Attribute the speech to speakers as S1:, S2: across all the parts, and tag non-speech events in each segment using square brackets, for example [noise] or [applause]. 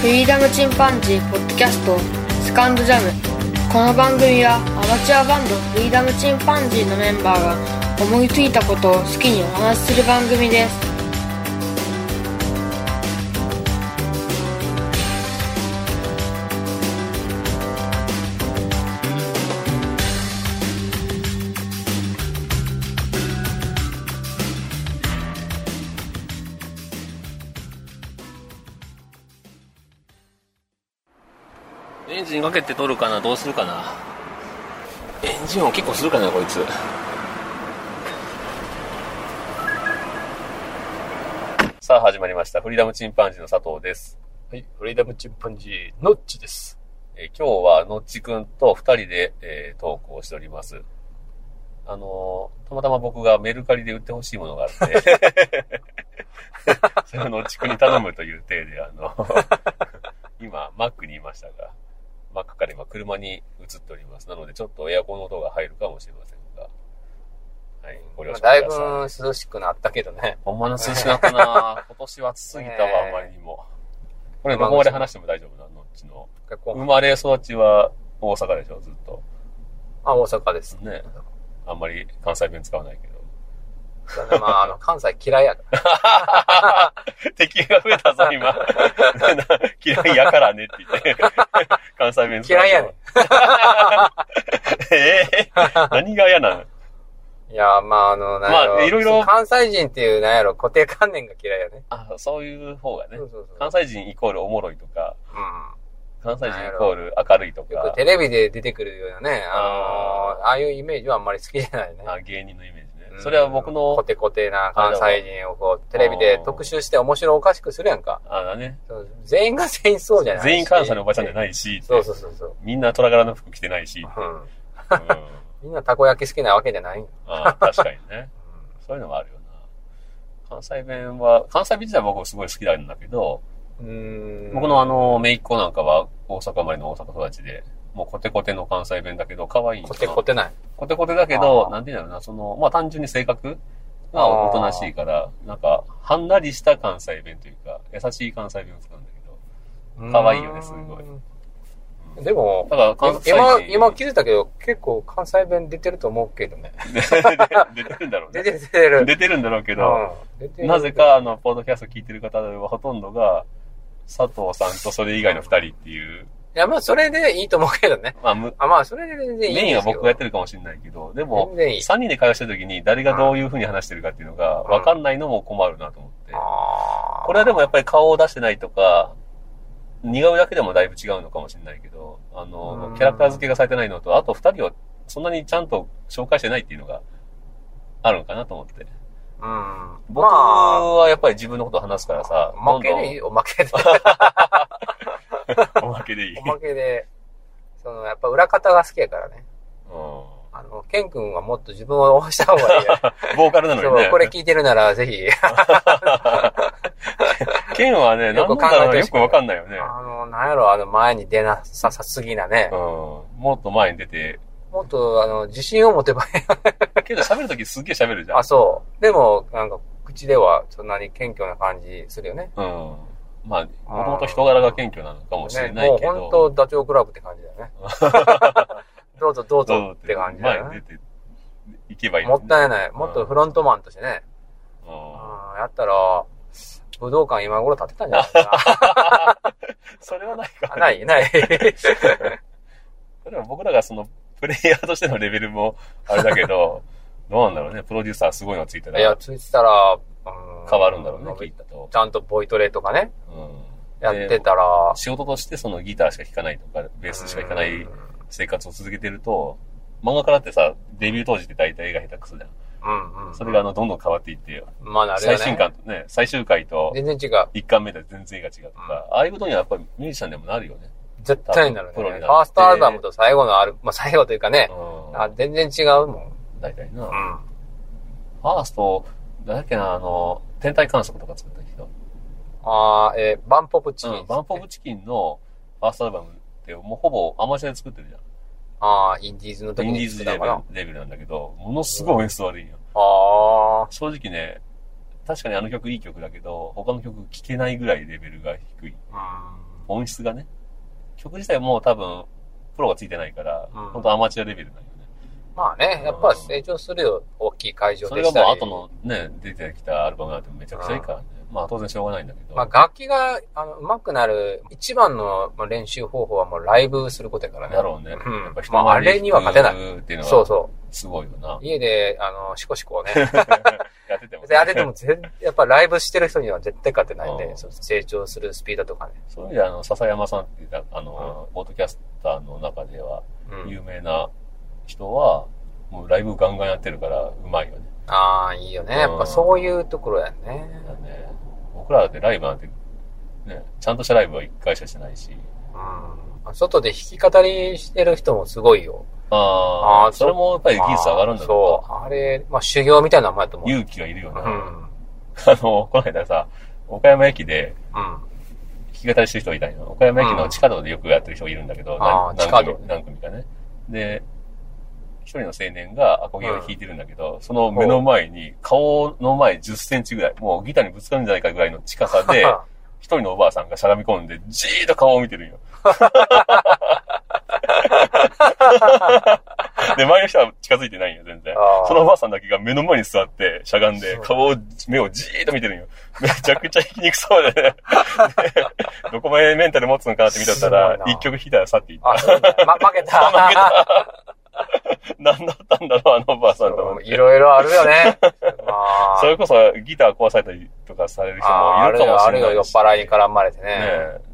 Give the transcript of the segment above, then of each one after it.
S1: フリーダムチンパンジーポッドキャストスカンドジャムこの番組はアマチュアバンドフリーダムチンパンジーのメンバーが思いついたことを好きにお話しする番組です
S2: エンジンかけて撮るかなどうするかなエンジン音結構するかなこいつさあ始まりましたフリーダムチンパンジーの佐藤です、
S3: はい、フリーダムチンパンジー、ノッチです。
S2: えー今日はのっちくんと二人で、えートークをしておりますあのーたまたま僕がメルカリで売ってほしいものがあ
S3: [laughs]
S2: ってそれをのっちくんに頼むという体であの [laughs] 今マックにいましたがマックから今車に移っております。なのでちょっとエアコンの音が入るかもしれませんが。はい、ご了承くだ
S3: だ
S2: さ
S3: い
S2: い。
S3: ぶ涼しくなったけ
S2: [laughs]
S3: どね。
S2: ほんまの涼しかった [laughs] な今年は暑すぎたわ、
S3: ねえ
S2: あまりにも。これどこまで話しても大丈夫なのっちの。生
S3: こう
S2: まれ育ちは大阪でしょ、ずっと。
S3: あ、大阪です。
S2: ねあんまり関西弁使わない [laughs] けど。
S3: だねまあ、あの、関西嫌い
S2: [laughs]
S3: やから。
S2: 敵が増えたぞ、今。 [laughs] 嫌いやからねって言 [laughs] って。関西弁使わ
S3: 嫌
S2: ない
S3: やね。
S2: [laughs] えー何が嫌なの
S3: ん。いや、まあ、あの、なんやろ
S2: まあいろいろ
S3: 関西人っていう、なんやろ、固定観念が嫌いやね。
S2: あ、そういう方がね
S3: そ。うそうそう。
S2: 関西人イコールおもろいとか、
S3: う
S2: 関西人イコール明るいと
S3: ん。よ
S2: か
S3: く、テレビで出てくるようなね、あ
S2: あ
S3: の、ああいうイメージはあんまり好きじゃないね。
S2: あ芸人のイメージね
S3: う。ん
S2: それは僕
S3: コ
S2: の、
S3: テコテな関西人をこう、テレビで特集して面白おかしくするやんか。
S2: あだね、
S3: そう全員が全員そうじゃないし
S2: 全員関西のおばちゃんじゃないし、
S3: [laughs] そうそうそうそう。
S2: みんな虎柄の服着てない
S3: [laughs]
S2: し、うん
S3: うん。みんなたこ焼き好きなわけじゃないんよ
S2: あ確かにね。そういうのもあるよな。関西弁は、関西弁自体は僕すごい好きなんだけど、
S3: うん
S2: 僕のあ、の、姪っ子なんかは大阪生まれの大阪育ちで、もうコテコテの関西弁だけど、可愛いん
S3: コテコ
S2: テ。
S3: テない。
S2: コテコテだけど
S3: あ、ー
S2: なんていうんだろうな、その、まあ単純に性格がおとなしいから、なんか、はんなりした関西弁というか、優しい関西弁を使うんだけど、可愛いよねすごい
S3: い。でも
S2: だ、から関西
S3: 今、
S2: 人
S3: 今気づいたけど、結構関西弁出てると思うけどね。
S2: [laughs] 出てるんだろう
S3: 出
S2: ね。
S3: てる出てる。
S2: 出てるんだろうけ
S3: て
S2: ど、
S3: 出てる
S2: なぜか、あの、ポードキャスト聞いてる方はほとんどが、佐藤さんとそれ以外の二人っていう、
S3: いや、まあ、それでいいと思うけどね。
S2: まあ、む
S3: あ、まあ、それで全然いいんです
S2: メインは僕がやって
S3: る。
S2: るかもしれないけど、でも
S3: 全、然いい。
S2: 三人で会話してる時に誰がどういう風に話してるかっていうのが、わかんないのも困るなと思って。
S3: あー
S2: これはでもやっぱり顔を出してないとか、似顔絵だけでもだいぶ違うのかもしれないけど、あ
S3: う
S2: の
S3: ん、
S2: キャラクター付けがされてないのと、あと二人をそんなにちゃんと紹介してないっていうのが、あるのかなと思って。
S3: うん。ま
S2: 僕はやっぱり自分のことを話すからさ
S3: あ、、おまけ
S2: どんどん
S3: で、お
S2: [laughs]
S3: まけで、
S2: おまけでいい。
S3: おまけで、その、やっぱ裏方が好きやからね。
S2: うん
S3: あの、ケン君はもっと自分を押した方がいいよ。
S2: [laughs] ボーカルなのに
S3: そ
S2: ね。
S3: う、これ聞いてるなら、ぜひ、
S2: ケンはね、
S3: よ
S2: 何
S3: く
S2: なん
S3: 考
S2: だ
S3: え
S2: ろう
S3: てほ
S2: よ
S3: しい
S2: くわかんないよね。
S3: あの、なんやろ、あの、前に出なささすぎなね
S2: うん。。もっと前に出て、
S3: もっと、あの、自信を持てばいい。
S2: けど喋るときすっげえ喋るじゃん。
S3: あ、そう。でも、なんか、口では、そんなに謙虚な感じするよね。
S2: うん。まあ、もともと人柄が謙虚なのかもしれ
S3: ね、
S2: ない
S3: もう
S2: けど。
S3: 本当、ダチョウ倶楽部って感じだよね。
S2: [laughs]
S3: どうぞどう
S2: どう
S3: ぞって感じだよ
S2: 前
S3: ね
S2: に。出ていけばいいの
S3: も
S2: に
S3: っ
S2: ね。
S3: たいない。もっとフロントマンとしてね。
S2: うん
S3: うん、やったら、武道館今頃建てたんじゃないか
S2: それはないか [laughs]
S3: な。あない、ない。
S2: でも僕らがその、プレイヤーとしてのレベルもあれだけど、 [laughs] どうなんだろうね。プロデューサーすごいのついた
S3: いや、
S2: ら
S3: ついてたら、うん
S2: 変わるんだろうね、きっと。
S3: ちゃんとボイトレとかね、
S2: うん
S3: やって
S2: で
S3: たら。
S2: 仕事としてそのギターしか弾かないとか、ベースしか弾かな
S3: う
S2: い
S3: ん
S2: 生活を続けてると、漫画からってさ、デビュー当時って大体絵が下手くそじゃん。
S3: うんうん。
S2: それがあの、どんどん変わっていって、
S3: まあなるよね。
S2: 最新巻とね、最終回と
S3: 全然違う。
S2: 1巻目で全然絵が違うとか、ああいうことにはやっぱりミュージシャンでもなるよね。
S3: 絶対になるね。
S2: プ
S3: フ
S2: ロになる
S3: ァーストアルバムと最後のアル、まあ最後というかね、あ
S2: う
S3: 全然違うもん。
S2: ん。大体な。
S3: う
S2: フ
S3: ん。
S2: ァースト、だっけな、あの、天体観測とか作った人。
S3: あーえーバンポプチキン、
S2: うん、バンポブチキンのファーストアルバムってもうほぼアマチュアで作ってるじゃん。
S3: あーインディーズの時
S2: インディ
S3: に
S2: ーズ
S3: 作っ
S2: レ
S3: た
S2: ベ
S3: か
S2: ル
S3: な。
S2: レベルなんだけど、ものすごい音質悪いんよ。
S3: あ
S2: 正直ね、確かにあの曲いい曲だけど、他の曲聴けないぐらいレベルが低い。
S3: あ。
S2: 音質がね。曲自体もう多分、プロがついてないから、
S3: うん
S2: 本当アマチュアレベルなんよね。
S3: まあね、やっぱ成長するよ。大きい会場
S2: そ
S3: で
S2: れ
S3: し
S2: が
S3: たり。
S2: もう後のね、出てきたアルバムなんてめちゃくちゃいいからね。まあ当然しょうがないんだけど。
S3: まあ楽器が、あの、上手くなる一番のまあ練習方法はもうライブすることやからね。
S2: だろうね。
S3: うん
S2: やっぱ人
S3: まああ
S2: 前で
S3: れには勝てない。
S2: 弾くっていうの
S3: そう
S2: は、
S3: そ
S2: すごいよな
S3: う。。家で、あの、シコシコをね。
S2: [laughs] やっててもね、
S3: で、あれでも
S2: [laughs]
S3: 全、やっぱライブしてる人には絶対勝てないん
S2: う
S3: で、
S2: ん
S3: そう成長するスピードとかね。
S2: そういう意味で、あの、笹山さんっていう、あの、ポッドキャスターの中では、
S3: うん
S2: 有名な人は、もうライブガンガンやってるから、うまいよね。
S3: ああ、いいよね。やっぱそういうところやね。
S2: だからね僕らだってライブなんて、ね、ちゃんとしたライブは一回しかしてないし。
S3: うん。外で弾き語りしてる人もすごいよ。
S2: あ
S3: あ
S2: あ、
S3: ー
S2: それもやっぱり技術上がるんだろ
S3: そう。あれ、まあ修行みたいなもんやと
S2: う
S3: 思
S2: な。
S3: う。
S2: 勇気がいるよ
S3: う
S2: ね。 [laughs] あ
S3: ん。
S2: の、この間さ、岡山駅で
S3: うん。
S2: 弾き語りしてる人がいたんよ。岡山駅の地下道でよくやってる人がいるんだけど、
S3: んあ
S2: 何何
S3: ー地下道
S2: 組何組かね。で、一人の青年がアコギを弾いてるんだけど、その目の前に、顔の前10センチぐらい、もうギターにぶつかるんじゃないかぐらいの近さ
S3: [laughs]
S2: で、一人のおばあさんがしゃがみ込んで、じーっと顔を見てる
S3: [laughs]
S2: んよ。で、前の人は近づいてないんよ、全然
S3: あ。ー
S2: そのおばあさんだけが目の前に座って、しゃがんで
S3: そう、
S2: 顔を、目をじーっと見てるんよ。めちゃくちゃ生きにくそうで、ね、 [laughs] どこまでメンタル持つのかなって見とったら
S3: すごい、な
S2: 一曲弾いたら去っていった。
S3: あ、そうだま、負けた。
S2: [laughs] 負け
S3: [laughs]
S2: 何だったんだろう、あのおばあさんと思っ
S3: うんい
S2: て。
S3: ろいろあるよ
S2: [laughs]
S3: ね。まあ。
S2: それこそギター壊されたりとかされる人も
S3: あ
S2: いる
S3: る
S2: かも
S3: よ、あ
S2: し
S3: る
S2: れ
S3: よ、
S2: な
S3: 酔
S2: い
S3: っ
S2: し。
S3: 払いに絡まれてね。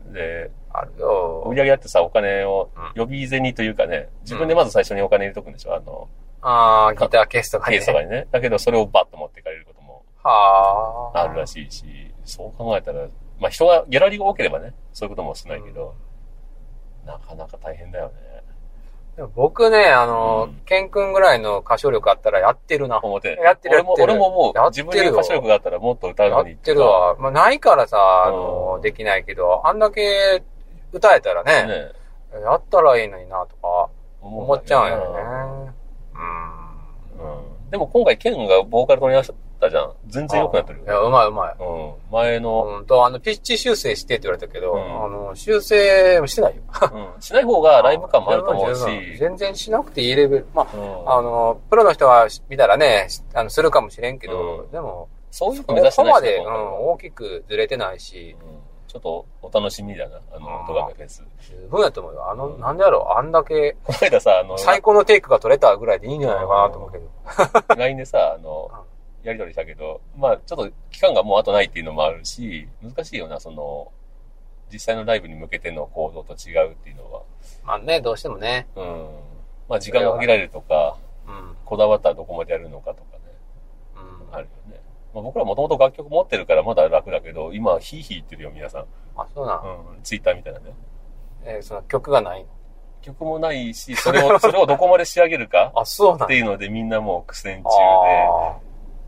S2: ねで、
S3: ある
S2: 売
S3: よ
S2: り。上げだってさ、お金を
S3: うん、
S2: 予備銭というかね、自分でまず最初にお金入れとくんでしょあの、
S3: ああ、ギターケースとか
S2: ケ
S3: に
S2: ースとか
S3: ね。
S2: にね。だけど、それをバッと持っていかれることも
S3: はあ。
S2: あるらしいし、そう考えたら、まあ人が、ギャラリーが多ければね、そういうことも少ないけど、なかなか大変だよね。
S3: でも僕ね、あの
S2: うん、
S3: ケン君ぐらいの歌唱力あったらやってるな。
S2: 思って
S3: やってる
S2: 俺も、
S3: やってる
S2: 俺ももう、
S3: やっ
S2: 自
S3: てる
S2: 分に歌唱力があったらもっと歌う
S3: や
S2: の
S3: っ
S2: に。
S3: てる。わ。まあ、ないからさ、あ
S2: う
S3: の
S2: ん、
S3: できないけど、あんだけ歌えたらね、
S2: ね。
S3: やったらいいのにな、とか、思っちゃうんや
S2: んだけどな
S3: ろね。
S2: うん。でも今回、ケンがボーカル取り出したじゃん。全然良くなってるよ
S3: うん。いや、うまいうまい。
S2: うん。前
S3: [laughs]
S2: の、
S3: うんと、あの、ピッチ修正してって言われたけど、
S2: うん
S3: あの、修正もしてないよ。
S2: うん。しない方がライブ感もあると思うし、
S3: 十分全然しなくていいレベル。まあ、
S2: うん
S3: あの、プロの人は見たらね、しあの、するかもしれんけど、
S2: うん
S3: でも、
S2: そういう
S3: こ
S2: の目指して
S3: こ
S2: ない
S3: ま
S2: 人
S3: で、
S2: だ
S3: う
S2: と
S3: ん、
S2: 思う
S3: 大きくずれてないし、
S2: うんちょっとお楽しみだな、あの
S3: う、ん
S2: ドガメフェス。
S3: 十分やと思うよ。あの、
S2: うん
S3: なんでやろう、あんだけ、
S2: この間さ、あの、
S3: 最高のテイクが取れたぐらいでいいんじゃないのかなと思うけど。
S2: LINE でさ、あの、やりとりしたけど、まあちょっと期間がもうあとないっていうのもあるし、難しいよな、その、実際のライブに向けての行動と違うっていうのは。
S3: まあね、どうしてもね。
S2: うん。まあ時間が限られるとか、
S3: うん。
S2: こだわったらどこまでやるのかとかね、
S3: うん。
S2: あるよね。まあ、僕らもともと楽曲持ってるからまだ楽だけど、今、ヒーヒー言ってるよ、皆さん。
S3: あ、そうなん。
S2: うん。ツイッターみたいなね。
S3: えーその曲がないの。
S2: 曲もないし、それ [laughs] を、それをどこまで仕上げるか
S3: あ、そうなん
S2: っていうのでみんなもう苦戦中
S3: あ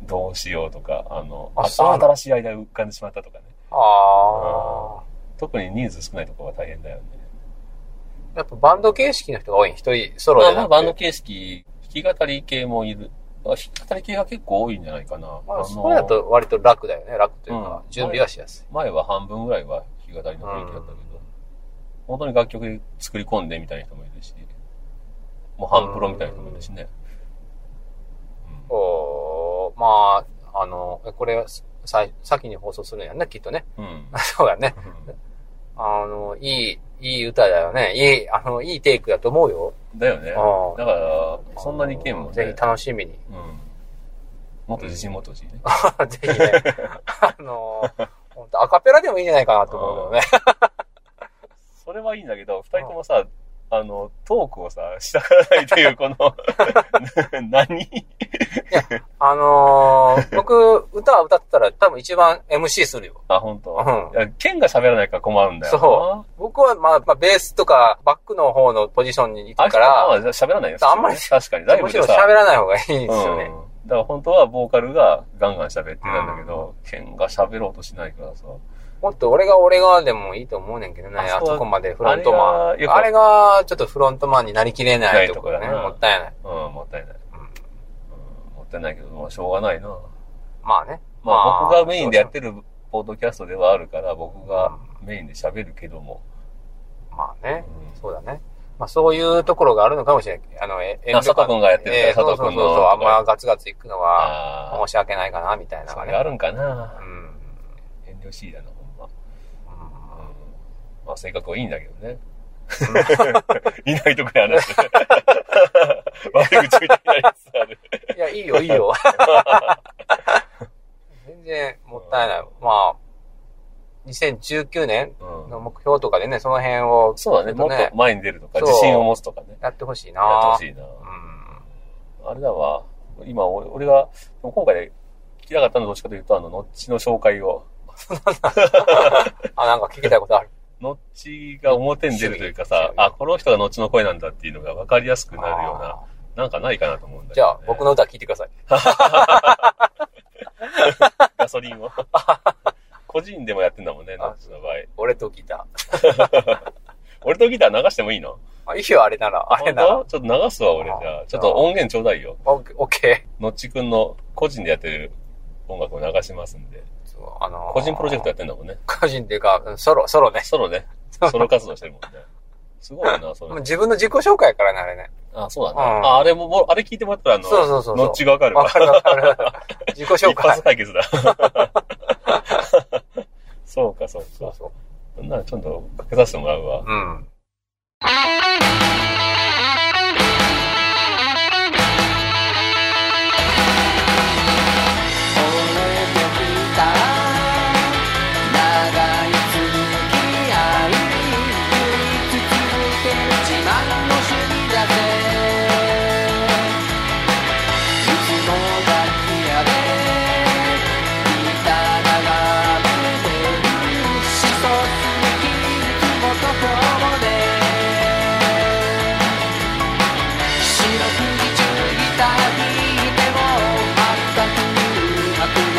S2: で、どうしようとか、あの、
S3: あ
S2: あ
S3: そうなの
S2: 新しい間浮かんでしまったとかね。
S3: ーあ
S2: 特に人数少ないところが大変だよね。
S3: ー。やっぱバンド形式の人が多い。一人、ソロ
S2: まあ
S3: で
S2: ま
S3: な
S2: あ
S3: くて。
S2: バンド形式、弾き語り系もいる。あ弾き語り系が結構多いんじゃないかな。
S3: まあ、
S2: の
S3: それだと割と楽だよね。楽というか、
S2: うん
S3: 準備はしやすい。
S2: 前は半分ぐらいは弾き語りの雰囲気だったけど、本当に楽曲作り込んでみたいな人もいるし、もう半プロみたいな人もいるしね。うん
S3: おーまあ、あの、これ、さい先に放送するんやんね、きっとね。 [laughs]
S2: [laughs] うん。
S3: そうやね。あの、いい、いい歌だよね。いい、あの、いいテイクだと思うよ。
S2: だよね。
S3: ああ
S2: だから、そんなに剣もね、
S3: ぜひ楽
S2: [laughs]
S3: しみに。
S2: うん。もっと自信持ってほしいね。
S3: ぜひね。あの、本当アカペラでもいいんじゃないかなと思うけどね。
S2: それはいいんだけど、二人ともさ、あの、トークをさ、したがらないと [laughs] いう、この、何
S3: あのー僕、歌は歌ってたら多分一番 MC するよ。
S2: あ、本当。
S3: うん
S2: いや剣が喋らないから困るんだよな。
S3: そ僕は、まあ、まあ、ベースとか、バックの方のポジションに行
S2: あ
S3: く
S2: の人
S3: か
S2: は
S3: ら、
S2: まあ喋らないよ。
S3: あんまり
S2: 普通ね確かに。ライ
S3: む
S2: ブ
S3: し
S2: で
S3: ろ
S2: さ。
S3: 喋らない方がいいんですよ
S2: う
S3: ね。
S2: んだから本当はボーカルがガンガン喋ってたんだけど、剣が喋ろうとしないからさ。
S3: もっと俺が俺がでもいいと思うねんけどね、
S2: あ
S3: あ
S2: そう
S3: そこまでフロントマ
S2: あれがやっ
S3: ン。
S2: ぱ
S3: あれが、ちょっとフロントマンになりきれないところね。
S2: ないとこだな
S3: もったいない。
S2: うん、もったいない。うん、もったいないけど、まあしょうがないな。
S3: まあね。
S2: まあ僕がメインでやっててるポッドキャストではあるから、僕がメインで喋るけども、
S3: うまあね。そうだね。まあそういうところがあるのかもしれない。あの、え遠慮感
S2: 佐藤君がやってるから
S3: ええ
S2: 佐藤君の
S3: そうそうそうあんまガツガツ行くのは
S2: ああ
S3: 申し訳ないかな、みたいな
S2: ー、そ
S3: のが
S2: れあ
S3: ね。
S2: るんか
S3: う
S2: な。
S3: ん。うん
S2: 遠慮しいだな、ほんま。うんまあ、性格はいいんだけどね。 [laughs] いないとこで
S3: [laughs]
S2: 話して。悪口みたいなやつある。
S3: いや、いいよ、いいよ。全然もったいない。まあ、2019年の目標とかでね、その辺を
S2: そうだね。
S3: ちょ
S2: も
S3: っとね
S2: っと前に出るとか、
S3: そう
S2: 自信を持つとかね。
S3: やってほしいな
S2: やってほしいな。
S3: うん。
S2: あれだわ。今、俺俺が、今回聞きたかったのはどっちかというと、あの、ノッチの紹介を。
S3: あ、なんか聞きたいことある。
S2: ノッチが表に出るというか
S3: 趣
S2: さ
S3: 味、
S2: あ、この人がノッチの声なんだっていうのが分かりやすくなるような
S3: あ、
S2: なんかないかなと思うんだ
S3: ー
S2: けど、ね。
S3: じゃあ、僕の歌聞いてください。
S2: ガソリ
S3: [laughs]
S2: ンを。個人でもやってんだもんね、ノッチの場合。
S3: 俺とギタ
S2: 俺とギター流してもいいの
S3: ー。あ、いいよ、あれなら。あれなら
S2: 本。当ちょっと流すわ、俺。じゃあ、ちょっと音源ちょうだいよ。
S3: オッケ
S2: のっちくんの個人でやってる音楽を流しますんで。
S3: ー。そうあのー
S2: 個人プロジェクトやってんだもんね。
S3: 個人っていうか、うんソロ、ソロね。
S2: ソ
S3: [laughs]
S2: ロね。ソロ活動してるもんね。すごいな、そ
S3: もう [laughs]
S2: れ。
S3: 自分の自己紹介からね、あれね。
S2: あ、そうだね。
S3: うん
S2: あ、あれももう、あれ聞いてもらったら、あの、
S3: そうそうそうそう
S2: のっちがわかる
S3: わ
S2: わ。
S3: かるわか
S2: [laughs]
S3: る。自己紹
S2: 一
S3: 介
S2: 発。解
S3: [laughs]
S2: 決だ。そうか、そう
S3: そう
S2: か。
S3: そ
S2: そんならちょっとかけさせてもらうわ
S3: う。。うん。
S4: 「俺のギター」「流れ続き」「愛」「唯一続ける自慢の趣味だぜ」「いつも楽器屋でギター並べてる」「思想すべきいつもと共で」「白くじゅうギター弾いても全くうまくならない」「俺には才能がないのかイェイイェイイェイ」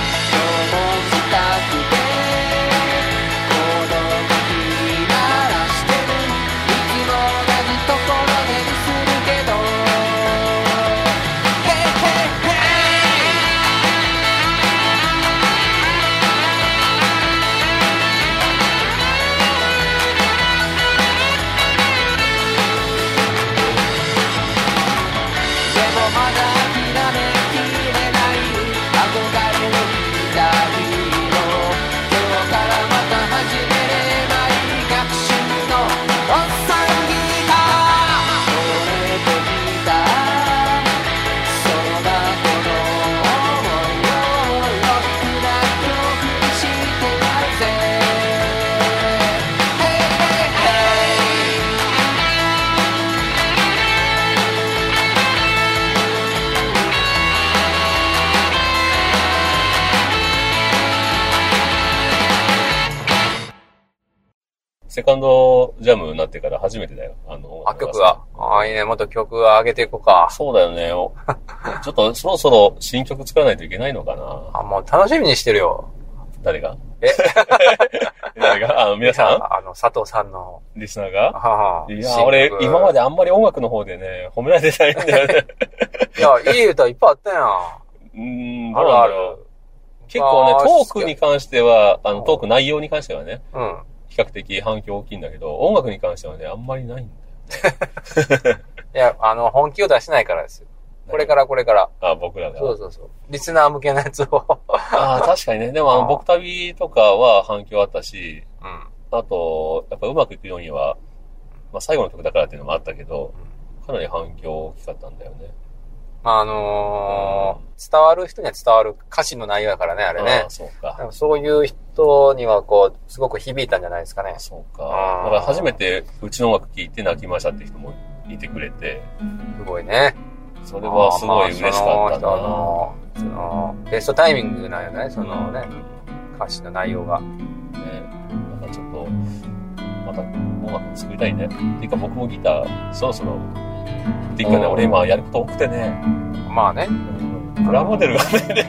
S4: 「どうもしたくてこの時鳴らしてる」「いつも同じところでするけど」「ヘイヘイヘイ」でもまだ諦めきれない憧れのギターヒーロー今日からまた始めればいい学習のおっさんギター俺とギターその場この思いをロックな曲にしてやるぜ Hey, hey, hey
S2: セカンドジャムになってから初めてだよ。あの、
S3: あ、曲が。ああ、いいね。もっと曲を上げていこうか。
S2: そうだよね。おちょっとそろそろ新曲作らないといけないのかな
S3: あ、もう楽しみにしてるよ。
S2: 誰が
S3: え
S2: [laughs] 誰があの、皆さ
S3: あの、佐藤さんの。
S2: んリスナーが
S3: はい
S2: や、俺、今ま。であんまり音楽の方でね、褒められてないんだよ
S3: [laughs]
S2: ね。
S3: 新曲いや、いい歌いっぱいあったやん。
S2: うーん、ど
S3: あ
S2: う
S3: る
S2: な
S3: あ
S2: んだろ
S3: る
S2: う。。結構
S3: あ
S2: ね、
S3: ー
S2: トークに関しては、あの、トーク内容に関してはね、
S3: うん。
S2: 比較的反響大きいんだけど、音楽に関してはね、あんまりないんだよ。
S3: いや、あの、本気を出してないからですよ。これからこれから。
S2: あ、僕らが。
S3: そうそうそう。リスナー向けのやつを。
S2: ああ、確かにね。でも、あ
S3: あ
S2: の、
S3: ー
S2: 僕旅とかは反響あったし、
S3: うん。
S2: あと、やっぱうまくいくようには、まあ、最後の曲だからっていうのもあったけど、かなり反響大きかったんだよね。
S3: あのー、伝わる人には伝わる歌詞の内容だからね、あ
S2: あ
S3: れね
S2: ー。そうか。
S3: でもそういう人にはこう、すごく響いたんじゃないですかね。
S2: そうか。
S3: あー
S2: だから初めてうちの音楽聴いて泣きましたって人もいてくれて、
S3: すごいね。
S2: それはすごい嬉しかったな。
S3: あのそのベストタイミングなんよね、そのね、歌詞の内容が。
S2: ね、なんかちょっと、また音楽作りたいね。っていうか僕もギター、そろそろ、っていうかね、
S3: うん
S2: 俺今やること多くてね、
S3: まあね。
S2: プラモデルがね、